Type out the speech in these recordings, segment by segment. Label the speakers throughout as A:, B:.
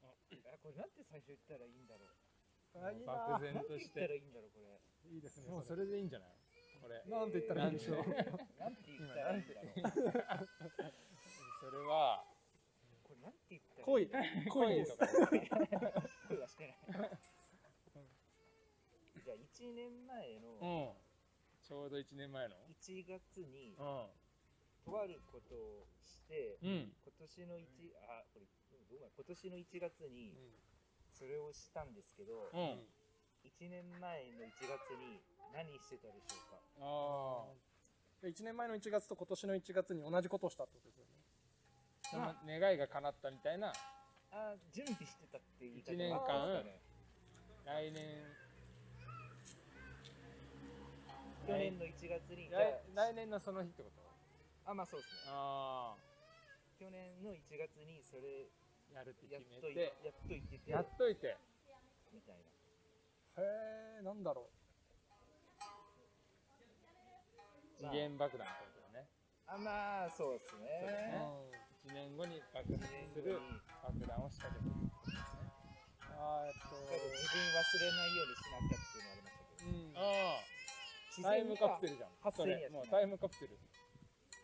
A: これなんて最初言ったらいいんだろう
B: あいい
C: 漠
B: な
C: 然
A: なん
C: と
A: て
C: し
A: 言ったらい
C: て
A: いんだろうこれ
B: いいですね
C: もうそれでいいんじゃないこれ
B: なんて言ったらいいでしょう
C: な
A: な
C: ん
A: んて言ったらいいんだろう
C: それは
A: これなんて言ったらいい
B: 恋恋
C: 恋
B: です
C: とか
A: 声はしてないじゃあ1年前
C: う
A: の
C: んちょうど1年前の
A: 1月に
C: うん
A: とあることをして
C: うん
A: 今年の1あこれどうな今年の1月にそれをしたんですけど
C: うん、うん、
A: 1年前の1月に何してたでしょうか
C: あ
B: 1年前の1月と今年の1月に同じことをしたってことですよね
C: あその願いが叶ったみたいな
A: あ準備してたって言い方
C: 一年間
A: あそうですかね
C: 来年
A: 去年の1月に
C: 来来年のその日ってこと
A: あまあそうですね
C: あ
A: 去年の1月にそれ
C: あやるって
A: やっ
C: 決め
A: とい
C: て
A: やっといてて
C: やっといて
A: みたいな
B: へえなんだろ
C: 次元爆弾ってことだね
A: あまあそうです
C: そうです
B: う、
C: ね
A: ね
C: 1年後に爆発す
A: 一
C: る
A: 年後に
C: 爆弾を仕掛けてるってことですね
B: あーえ
A: ちょっと自分忘れないようにしなきゃっていうのはありましたけど
C: ああタイ
B: っとうん
C: ムカプセルじゃん
A: 発
C: そ
A: 生に
C: れ
A: は
C: もう
A: しな
C: タ
A: い
C: イムカプセル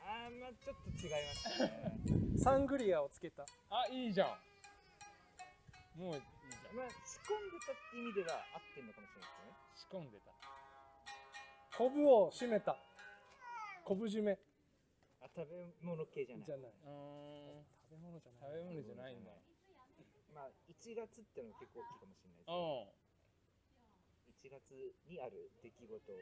A: あーまあちょっと違いましたね
B: サングリアをつけた
C: あいいじゃんもういいじゃん
A: まあ仕込んでたって意味では合ってるのかもしれないですね
C: 仕込んでた
B: コブを締めたコブ締め
A: あ食べ物系じゃない
B: じゃないう
C: ーん
B: 食べ物じゃない
C: 食べ物じゃないんだ
A: まあ1月ってのが結構大きいかもしれないです、ね、1
C: うん
A: 月にある出来事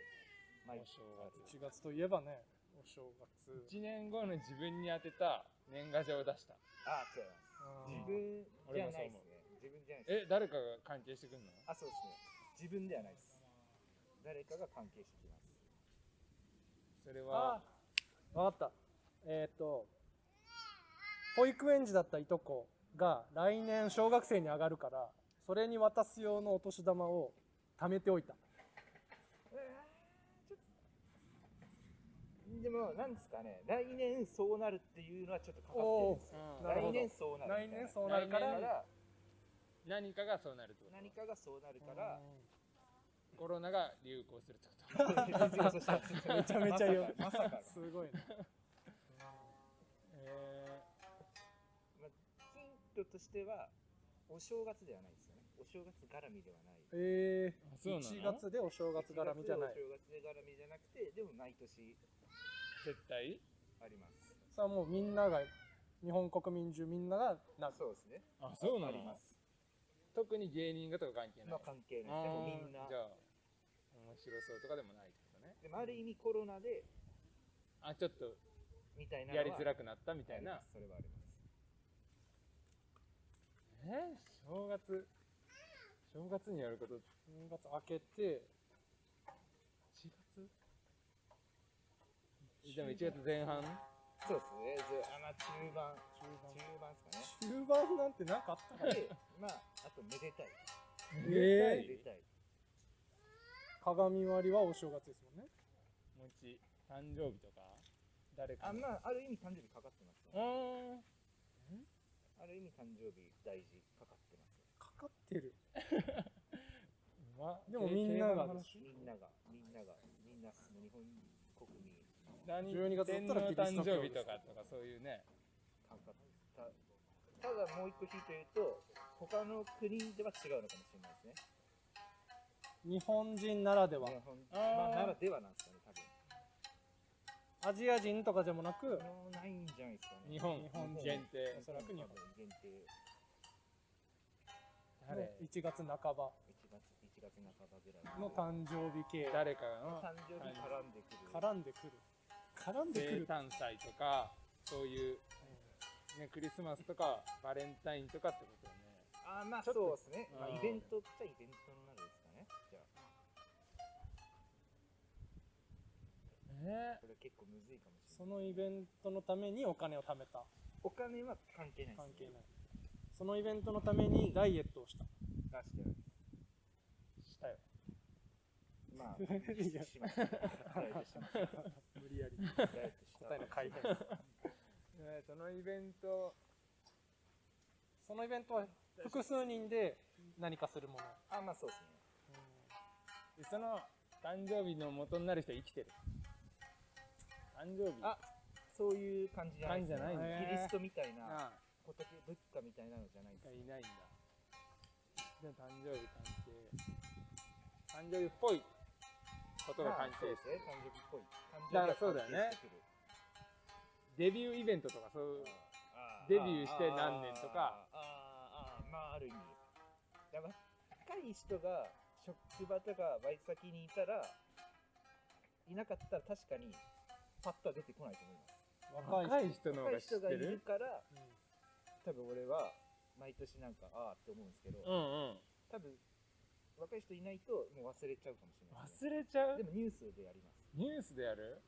A: まあ
C: お正月
B: 1月といえばねお正月
C: 1年後の自分に当てた年賀状を出した
A: あ違います
B: あー
A: 自分じゃないですね
C: 俺もそう思う
A: 自分じゃないです
C: え誰かが関係してくんの
A: あそうですね自分ではないです誰かが関係してきます
C: それ
B: あ
C: は
B: わかったえーっ、と保育園児だったいとこが来年小学生に上がるからそれに渡す用のお年玉を貯めておいた
A: でもなんですかね来年そうなるっていうのはちょっとかかってるん
B: お
A: ですよ
C: ー
B: なるほ
A: 来
B: ど
A: 年そうなるみたいな
B: 来年そうなるか
A: だか
C: 来年
B: ら
A: ら
C: 何かがそうなるってこと
A: 何かがそうなるから
C: コロナが流行するってこと
A: め
B: めちゃめちゃよ
A: まさかまさかの
B: すごいね
C: え
A: まあヒントとしてはお正月ではないですよねお正月絡みではない
B: え
C: あそう
B: ー、
C: なの
B: 1月でお正月絡みじゃない
A: お正月で絡みじゃなくてでも毎年
C: ー、絶対
A: あります
B: それはもうみんなが日本国民中みんながな
A: そうですね
C: あそうな
A: ありま
C: の
A: す
C: 特に芸人がとか関係ない、
A: まあ関係ない
C: あ
A: です
C: ー
A: ねみんな
C: じゃあ面白そうとかでもないってことね
A: でもある意味コロナで
C: あちょっと
A: みたいなの
C: や
A: は
C: りづらくなったみた
A: あ
C: い
A: りま
C: な
A: すそれはあります
C: えー正月正月にやること1
B: 1月明けて
C: 月でも1月前半
A: そうですねずあまあ中盤
B: 中盤
A: 中盤ですかね
B: 中盤なんてなかったか
A: で、まあ、あとめでたい。
B: え
A: めでたい。
B: 鏡割りはお正月ですもんね
C: 餅誕生日とか誰か
A: あ、
C: の
A: まあ、ある意味誕生日かかってます、
C: う
A: ね。
C: ーん
A: ある意味誕生日大事かかってます、
B: かかってる
C: ま
B: でもみんながです
A: みんなが、みんなが、みんな、その日本国民
C: 何
B: 12月だ
C: 天
B: っ
C: 皇
B: たらキリスト
C: 誕
B: 教
C: 生
B: で
C: 日
B: す
C: とかとかそういうね
A: かかった。ただもう一個引いて言うと、他の国では違うのかもしれないですね。
B: 日本人ならでは
A: 日本
C: あ
A: ま
C: ー
A: あ、ならではなんですかね、多分。
B: アジア人とかでもなく
A: もうないんじゃないですかね。
C: 日本限定
A: おそらく日本限定。
C: 誰
B: 1月半ば
A: 1月、1月半ばぐらい。
B: の誕生日系
C: 誰かの
A: 誕生日絡んでくる。
B: 絡んでくる絡んでく
C: 生
B: る
C: 誕祭とかそういう、ね、クリスマスとかバレンタインとかってことよね
A: あーまあ
C: ちょっと
A: そうですね、まあ、
C: うん
A: イベントっちゃイベントになるんですかねじゃあ
C: え
A: これ結構むずいかもしれ
B: そ
A: ない
B: のイベントのためにお金を貯めた
A: お金は関係ないです、ね、
B: 関係ないそのイベントのためにダイエットをした
A: 出してる
C: したよ
A: まあしましたダイエットしま した
B: 無理 やり
A: ダイエットした
B: 答えの改変
C: ねそのイベント
B: そのイベントは複数人で何かするもの、
A: あまあそうですね
C: でその誕生日の元になる人は生きてる誕生日
A: あそういう感じじゃないです、ね、
C: 感じじゃない
B: ね
A: キリストみたい
C: あ
A: な
C: あ
A: 仏仏家みたいなのじゃないです
C: がいないんだじゃあ誕生日関係誕生日っぽいことが
A: まあ
C: 関
A: そうで
C: 係し
A: す
C: て
A: ね誕生日っぽい感
C: だからそうだよねデビューイベントとかそういうデビューして何年とか
A: あーあーあーまあある意味だから若い人が職場とかバイト先にいたらいなかったら確かにパッとは出てこないと思います
B: 若い人
C: 若い人の方
A: 若
C: が
A: い
C: 知っ
A: 人
C: て
A: がいる
C: る
A: から
B: うん
A: 多分俺は毎年なんかああって思うんですけど、
C: うんうん
A: 多分若い人いないともう忘れちゃうかもしれないですね、
C: 忘れちゃう
A: でもニュースでやります
C: ニュースでやる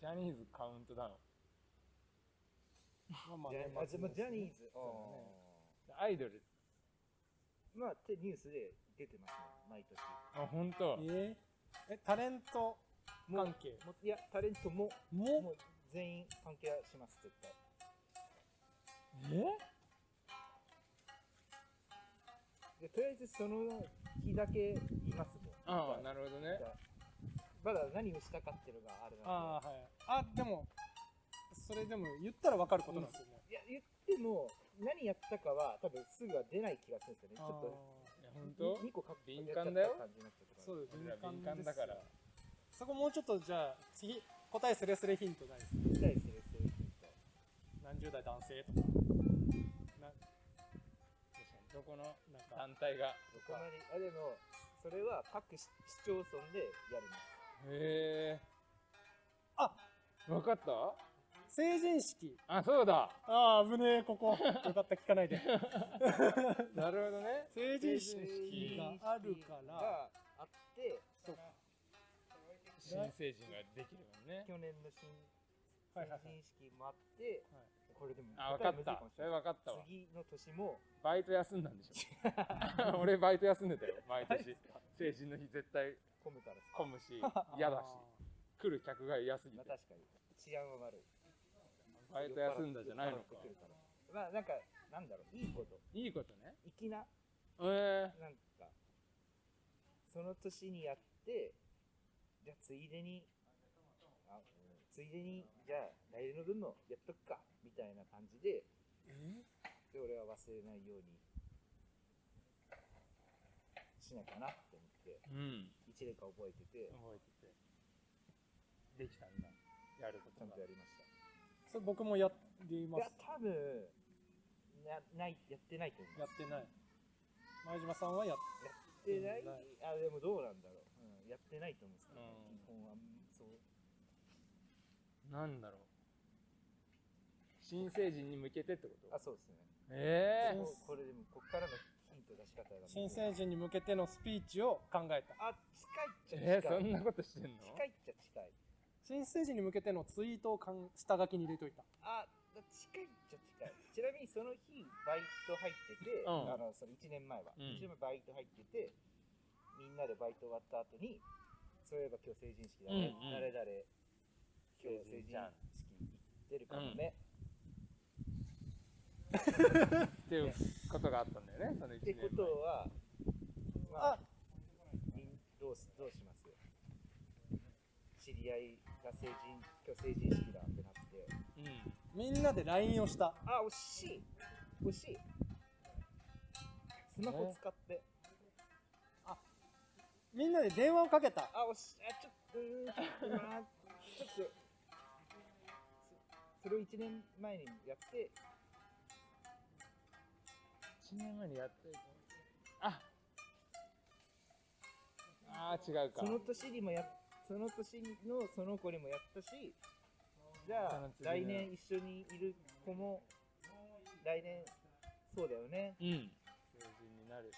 C: ジャニーズカウントダウン
B: まあまあ
A: ジャ
B: ね
A: ニ
B: まあ
A: ーズジャニーズ、あ
C: そうだねアイドル
A: ーまあってニュースで出てますね毎年
C: あ本当
B: えーえタレント
A: もう
B: 関係
A: もういやタレントもも
B: も
A: う全員関係はします絶対
C: え
A: でとりあえずその日だけいますもん
C: ああ
A: だ
C: なるほどね
A: だまだ何をしたかっていうのがあれなん
B: ああはいあでもそれでも言ったら分かることなんですよね、
A: でいや言っても何やったかは多分すぐは出ない気がするんですよねちょっと
C: いや本当
A: 2個か
C: 敏感だよ
A: やっちゃった感じになっちゃったから
B: そうです
C: 俺ら敏感だから
B: そこもうちょっとじゃあ次答えすれすれヒントないです
A: 期待するそういうヒント
B: 何十代男性とかな
C: どこの
B: なんか
C: 団体が
A: どこまであでもそれは各市市町村でやります
C: へえ
B: あ
C: 分かった
B: 成人式
C: あそ うだ
B: ああ危ねえここよかった聞かな いで
C: なるほどね
B: 成人式があるから
A: があって
B: そうか
C: 新成人ができるもんね
A: 去年の新成
B: はいはいはい
A: 人式もあって、
B: はい
A: これでも
C: あ
A: 答
C: 分か
A: えむずいもし
C: ったそ
A: れ
C: れ
A: ない
C: 分かったわ
A: 次の年も
C: バイト休んだんでしょ 俺バイト休んでたよ毎年成人の日絶対
A: 混むからさ
C: 混むし 嫌だし来る客が嫌すぎ
A: まあ
C: て
A: 確かに治安は悪い
C: バイト休んだじゃないのか
A: 酔っ払ってくるからまあなんかなんだろういいこと
C: いいことね
A: 粋な
C: え
A: なんかその年にやってじゃあついでにあ、うんついでにじゃあ来年の分もやっとくかみたいな感じでで俺は忘れないようにしなきゃなって思って
C: えうん
A: 一年間覚えてて
C: 覚えててできたんだやるこ
A: ち
C: と
A: ゃん
C: が
A: とやりました
B: それ僕もやりま
A: い
B: す
A: や多分なないやってないと思う
B: やってない前島さんはやっ
A: やってない、
B: ない
A: あでもどうなんだろう、うん、やってないと思うんですけど、ね
C: うん
A: 基本はそう
C: なんだろう新成人に向けてってこと
A: あそうですね
C: ええ
A: もうこれでもこっからのヒント出し方がもう
B: 新成人に向けてのスピーチを考えた
A: あ近いっちゃ
C: えー
A: 近
C: そ
A: い、
C: んなことしてんの
A: 近いっちゃ近い
B: 新成人に向けてのツイートをかん下書きに入れといた
A: あだ近いっちゃ近いちなみにその日バイト入ってて、
C: うん
A: あのその1年前は、
C: うん
A: 一年前バイト入っててみんなでバイト終わった後にそういえば今日成人式だね、
C: うんうん
A: 誰々今日
C: 成
A: 成
C: 人
A: 人
C: じゃん
A: 式行ってるかもね、
C: っていうことがあったんだよねその1
A: ってこ
C: 年前
A: とは、まあ
B: あ、
A: みんどうすどうします知り合いが成人今日成人式だってなって
C: うん
B: みんなで LINE をした
A: あ惜しい惜しいスマホ使って、
B: みんなで電話をかけた
A: あ惜しいあちょっとうーんちょっとなちょっとそそれを1年前にやって
C: 1年前にやってああー違うか
A: その年にもやその年のその子にもやったしじゃ
C: そ
A: あ
C: の次
A: 来
C: の
A: 年一緒にいる子も来年そうだよね
C: うん成人になる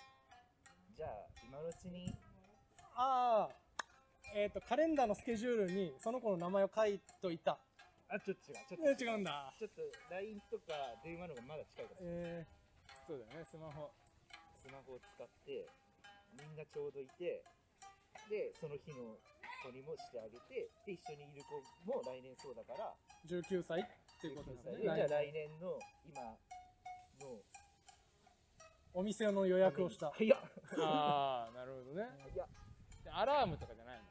A: じゃあ今のうちに
B: ああえっ、とカレンダーのスケジュールにその子の名前を書いといた
A: あちょっと違うちょっと
B: え違うんだ
A: ちょっと LINE とか電話の方がまだ近いから
B: え
C: そうだよねスマホ
A: スマホを使ってみんなちょうどいてでその日の子にもしてあげてで一緒にいる子も来年そうだから
B: ー、19歳っていうことです
A: 19歳
B: ね
A: でじゃあ
B: 来
A: 来年の今
B: お店の予約をした
A: いや
C: ああなるほどね
A: いや
C: でアラームとかじゃないの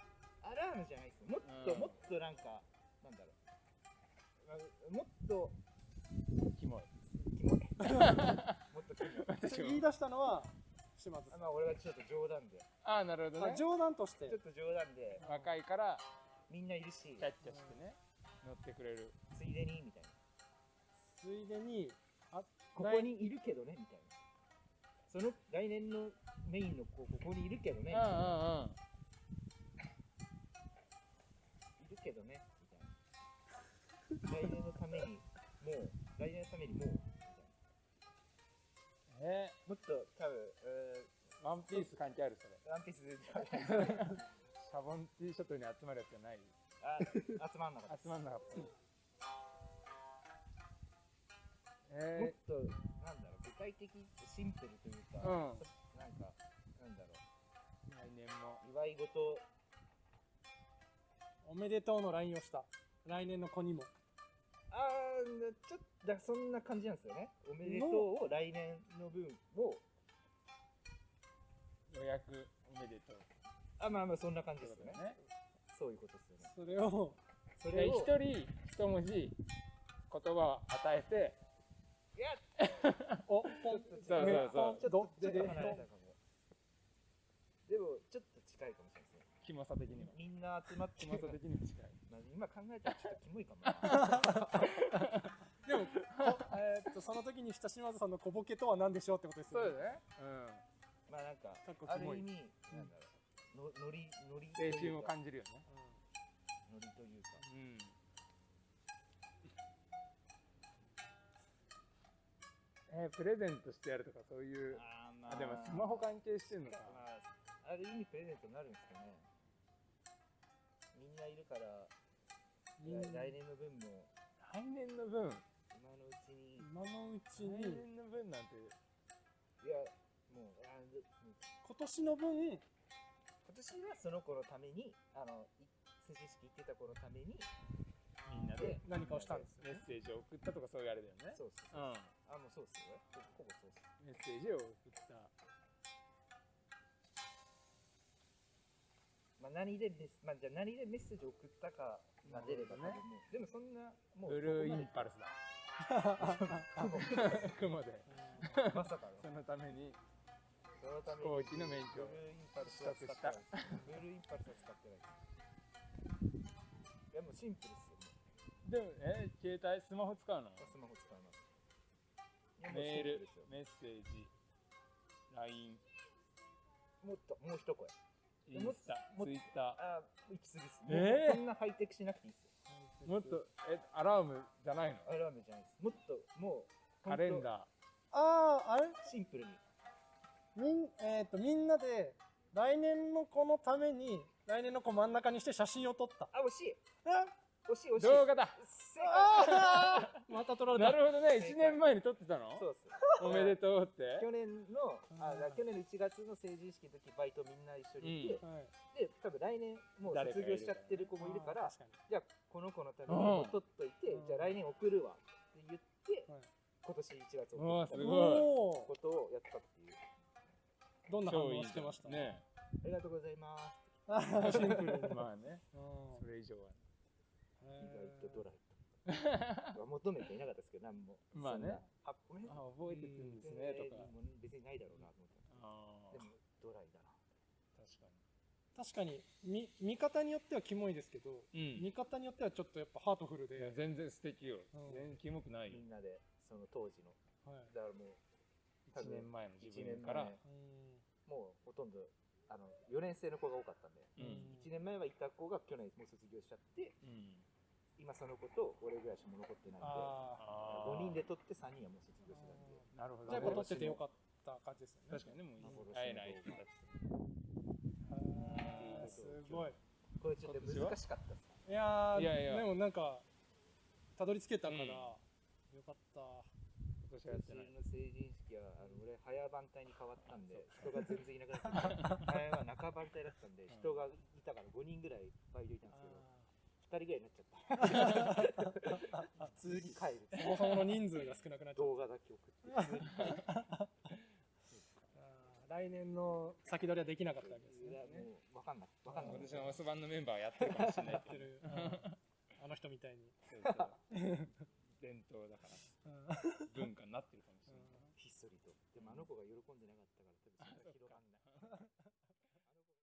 A: アラームじゃないですよもっと、
C: うん
A: もっとなんかなんだろうあもっと
C: キモい
A: キモいもっとキモい
C: 私
B: 言い出したのは島津さ
A: あ
B: ん
A: まあ俺はちょっと冗談で
C: ああなるほど
B: あ
C: ね
B: 冗談とし
A: ちょってと冗談で
C: 若いから
A: みんないるし
C: キャッキャしてね乗ってくれる
A: ついでにみたいな
B: ついでにあ
A: ここにいるけどねみたいなその来年のメインの子ここにいるけど
C: う
A: ね
C: んうんうん
A: いるけどねみたいな来年のためにもう来年のためにもうみたいな
C: え
A: もっと多分う
C: ーワンピース関係あるそれ
A: ーワンピースではない
C: シャボンティーショットに集まるやつじゃない
A: あ集まんなかった です
C: 集まんなかった
A: もっ
C: え
A: となんだろう具体的シンプルというか、
C: うん
A: なんかなんだろ
C: ー、来年も
A: う祝い事
B: おめでとうの LINE をした来年の子にも
A: あーちょっとだそんな感じなんですよねおめでとうを来年の分を
C: 予約おめでとう
A: あまあまあそんな感じ
C: って
A: ですよ
C: ことだ
A: ね
C: よね
A: そういうことですよね
B: それを
A: そ
C: で
A: れを
C: 一人一文字言葉を与えて
A: いや
B: おポン
C: そうそうそう
A: ちょっとちょっと離れた
B: ど
A: かもでもちょっと近いかもしれないですね
C: キモさ的にも
A: みんな集まって
C: キ
A: ま
C: モ
A: す
C: さ的にも近い
A: まあ今考えたらちょっとキモいかもな
B: でも、こえーっとその時に親島津さんの小ボケとは何でしょうってことで す
C: そう
B: よ
C: だ
B: ね
C: ね
A: まあなんか
B: かっこ
A: あ
B: キ
A: る
B: モい
A: 意味なんだろうのノリノリと
C: う
A: いうか
C: ん青春を感じるよね
A: ノリというか
C: うんえープレゼントしてやるとかそういう
A: あーま
C: あでもスマホ関係してんのか
A: まあ、ある意味プレゼントになるんですかねみんないるから
B: うんうん
A: 来来年の分も
C: 来年の分
A: 今のうちに
B: 今のうち
C: 来
B: に
C: 年の分なんて
A: いやもうあでもう
B: 今年の分
A: 今年はその子のためにあのい成人式行ってた子のために
C: みんなで
B: 何かをしたんです
C: メッセージを送ったとかそういうあれだよね
A: そうっす
C: う
A: あもうそうっすよほぼそうっす
C: んメッセージを送った
A: まあ何でメス、まあ、じゃあ何でメッセージ送ったかが出れば
C: なるほど
A: 多分もうでも
C: ね
A: そんなもう
C: ブルーイン
A: こ
C: パルスだ
A: こまで
C: 雲で
A: まさか の
C: そのために
A: そのため
C: 飛行機の免許
A: ブル
C: を
A: ーインパルスは使ってないブルーインパルスは使ってないいやもうシンプルっすよも
C: でもえー携帯スマホ使うの
A: うスマホ使いますいやもうシ
C: メー
A: ンプル
C: ル
A: ですよ
C: メッセージ LINE
A: もっともう一声
C: インスタ
A: もっともっと
C: ツイッタ
A: あー息継ぎっすも
C: えー
A: うそんなハイテクしなくていいっすよ
C: ーもっとえアラームじゃないの
A: アラームじゃないですもっともう
C: カレン
A: ー
C: ダ
B: あああれ
A: シンプルに
B: みん,、えーっとみんなで来年の子のために来年の子真ん中にして写真を撮った
A: あ惜しい
B: あ
A: 惜しい惜
C: ー
A: しい
C: 動画だ
A: 正解
B: あーまた撮られ
C: な
B: た
C: るほどね
A: 正解
C: 1年前に撮ってたの
A: そうっす
C: おめでとうって
A: 去年のあだか
B: うん
A: ら去年の1月の成人式の時バイトみんな一緒にいて、
B: はい
A: で多分来年もう
C: 誰か
A: 卒
C: がいる
A: 業しちゃってる子もいるから
B: あー確か
A: じゃあこの子のため
C: う
A: に
C: ん
A: もう取っといて、
B: うん
A: じゃあ来年送るわって言って、
B: はい
A: 今年1月
C: うわ
A: 送
C: す
A: っ
B: に
C: ご
A: た
C: い
B: おお
A: ことをやったっていう
B: どんな反
C: 超い
B: 応
C: い
B: してました
C: じゃんね
A: ありがとうございます
B: あーシンプルに
C: まあね
B: うん
C: それ以上は
A: 意外とドライと求めていなかったですけど何も
C: まあね
A: あごめん
C: あ覚えてるんですねとか
A: もう別にないだろうなと思って
C: ああ
A: でもドライだな
C: 確か
B: 確かに見見方によってはキモいですけど、
C: に
B: 見方によってはちょっとやっぱハートフル
C: いや
B: で、
C: 全然素敵よ
B: うん
C: 全然キモくないよ
A: みんなでその当時の
B: はい
A: だからもう多
C: 1
A: 分
C: 年前の自
A: 1
C: 分
A: 年
C: か
A: 前
C: ら
B: う
A: もうほとんどあの4年生の子が多かったんで
C: うん
A: 1年前はいた子が去年もう卒業しちゃって
C: うん
A: 今その子と俺ぐらいしかもう残ってないんで
B: あ
C: あー
A: 5人で取って3人はもう卒業してたんで
C: なるほど
B: あじゃあやっぱ撮っててよかった感じですよね
C: 確かにでも
A: 幻の
C: 会えない人たち
B: あーすごい
A: これちょっと難しかったっす
B: いやー
C: いやいや
B: でもなんかたどり着けたか
C: う
B: ら、
C: ん
B: よかった
A: 今
C: 今年はやってない
A: 年の成人式はあの俺早番隊に変わったんで人が全然いなくなっちゃった早は中番隊だったんで人がいたから5人ぐらいバイトいたんですけど2人ぐらいになっちゃった普通に帰る
B: そもそもの人数が少なくなっちゃっ
A: 動画だけ送って普通に帰るそう
B: 来年の先取りはできなかったわけです
A: い
B: ね
A: やもう分かんない分かんない
C: 私のマスバンのメンバーはやってるかもしれない
B: やってるうんあの人みたいに
C: けどそうそう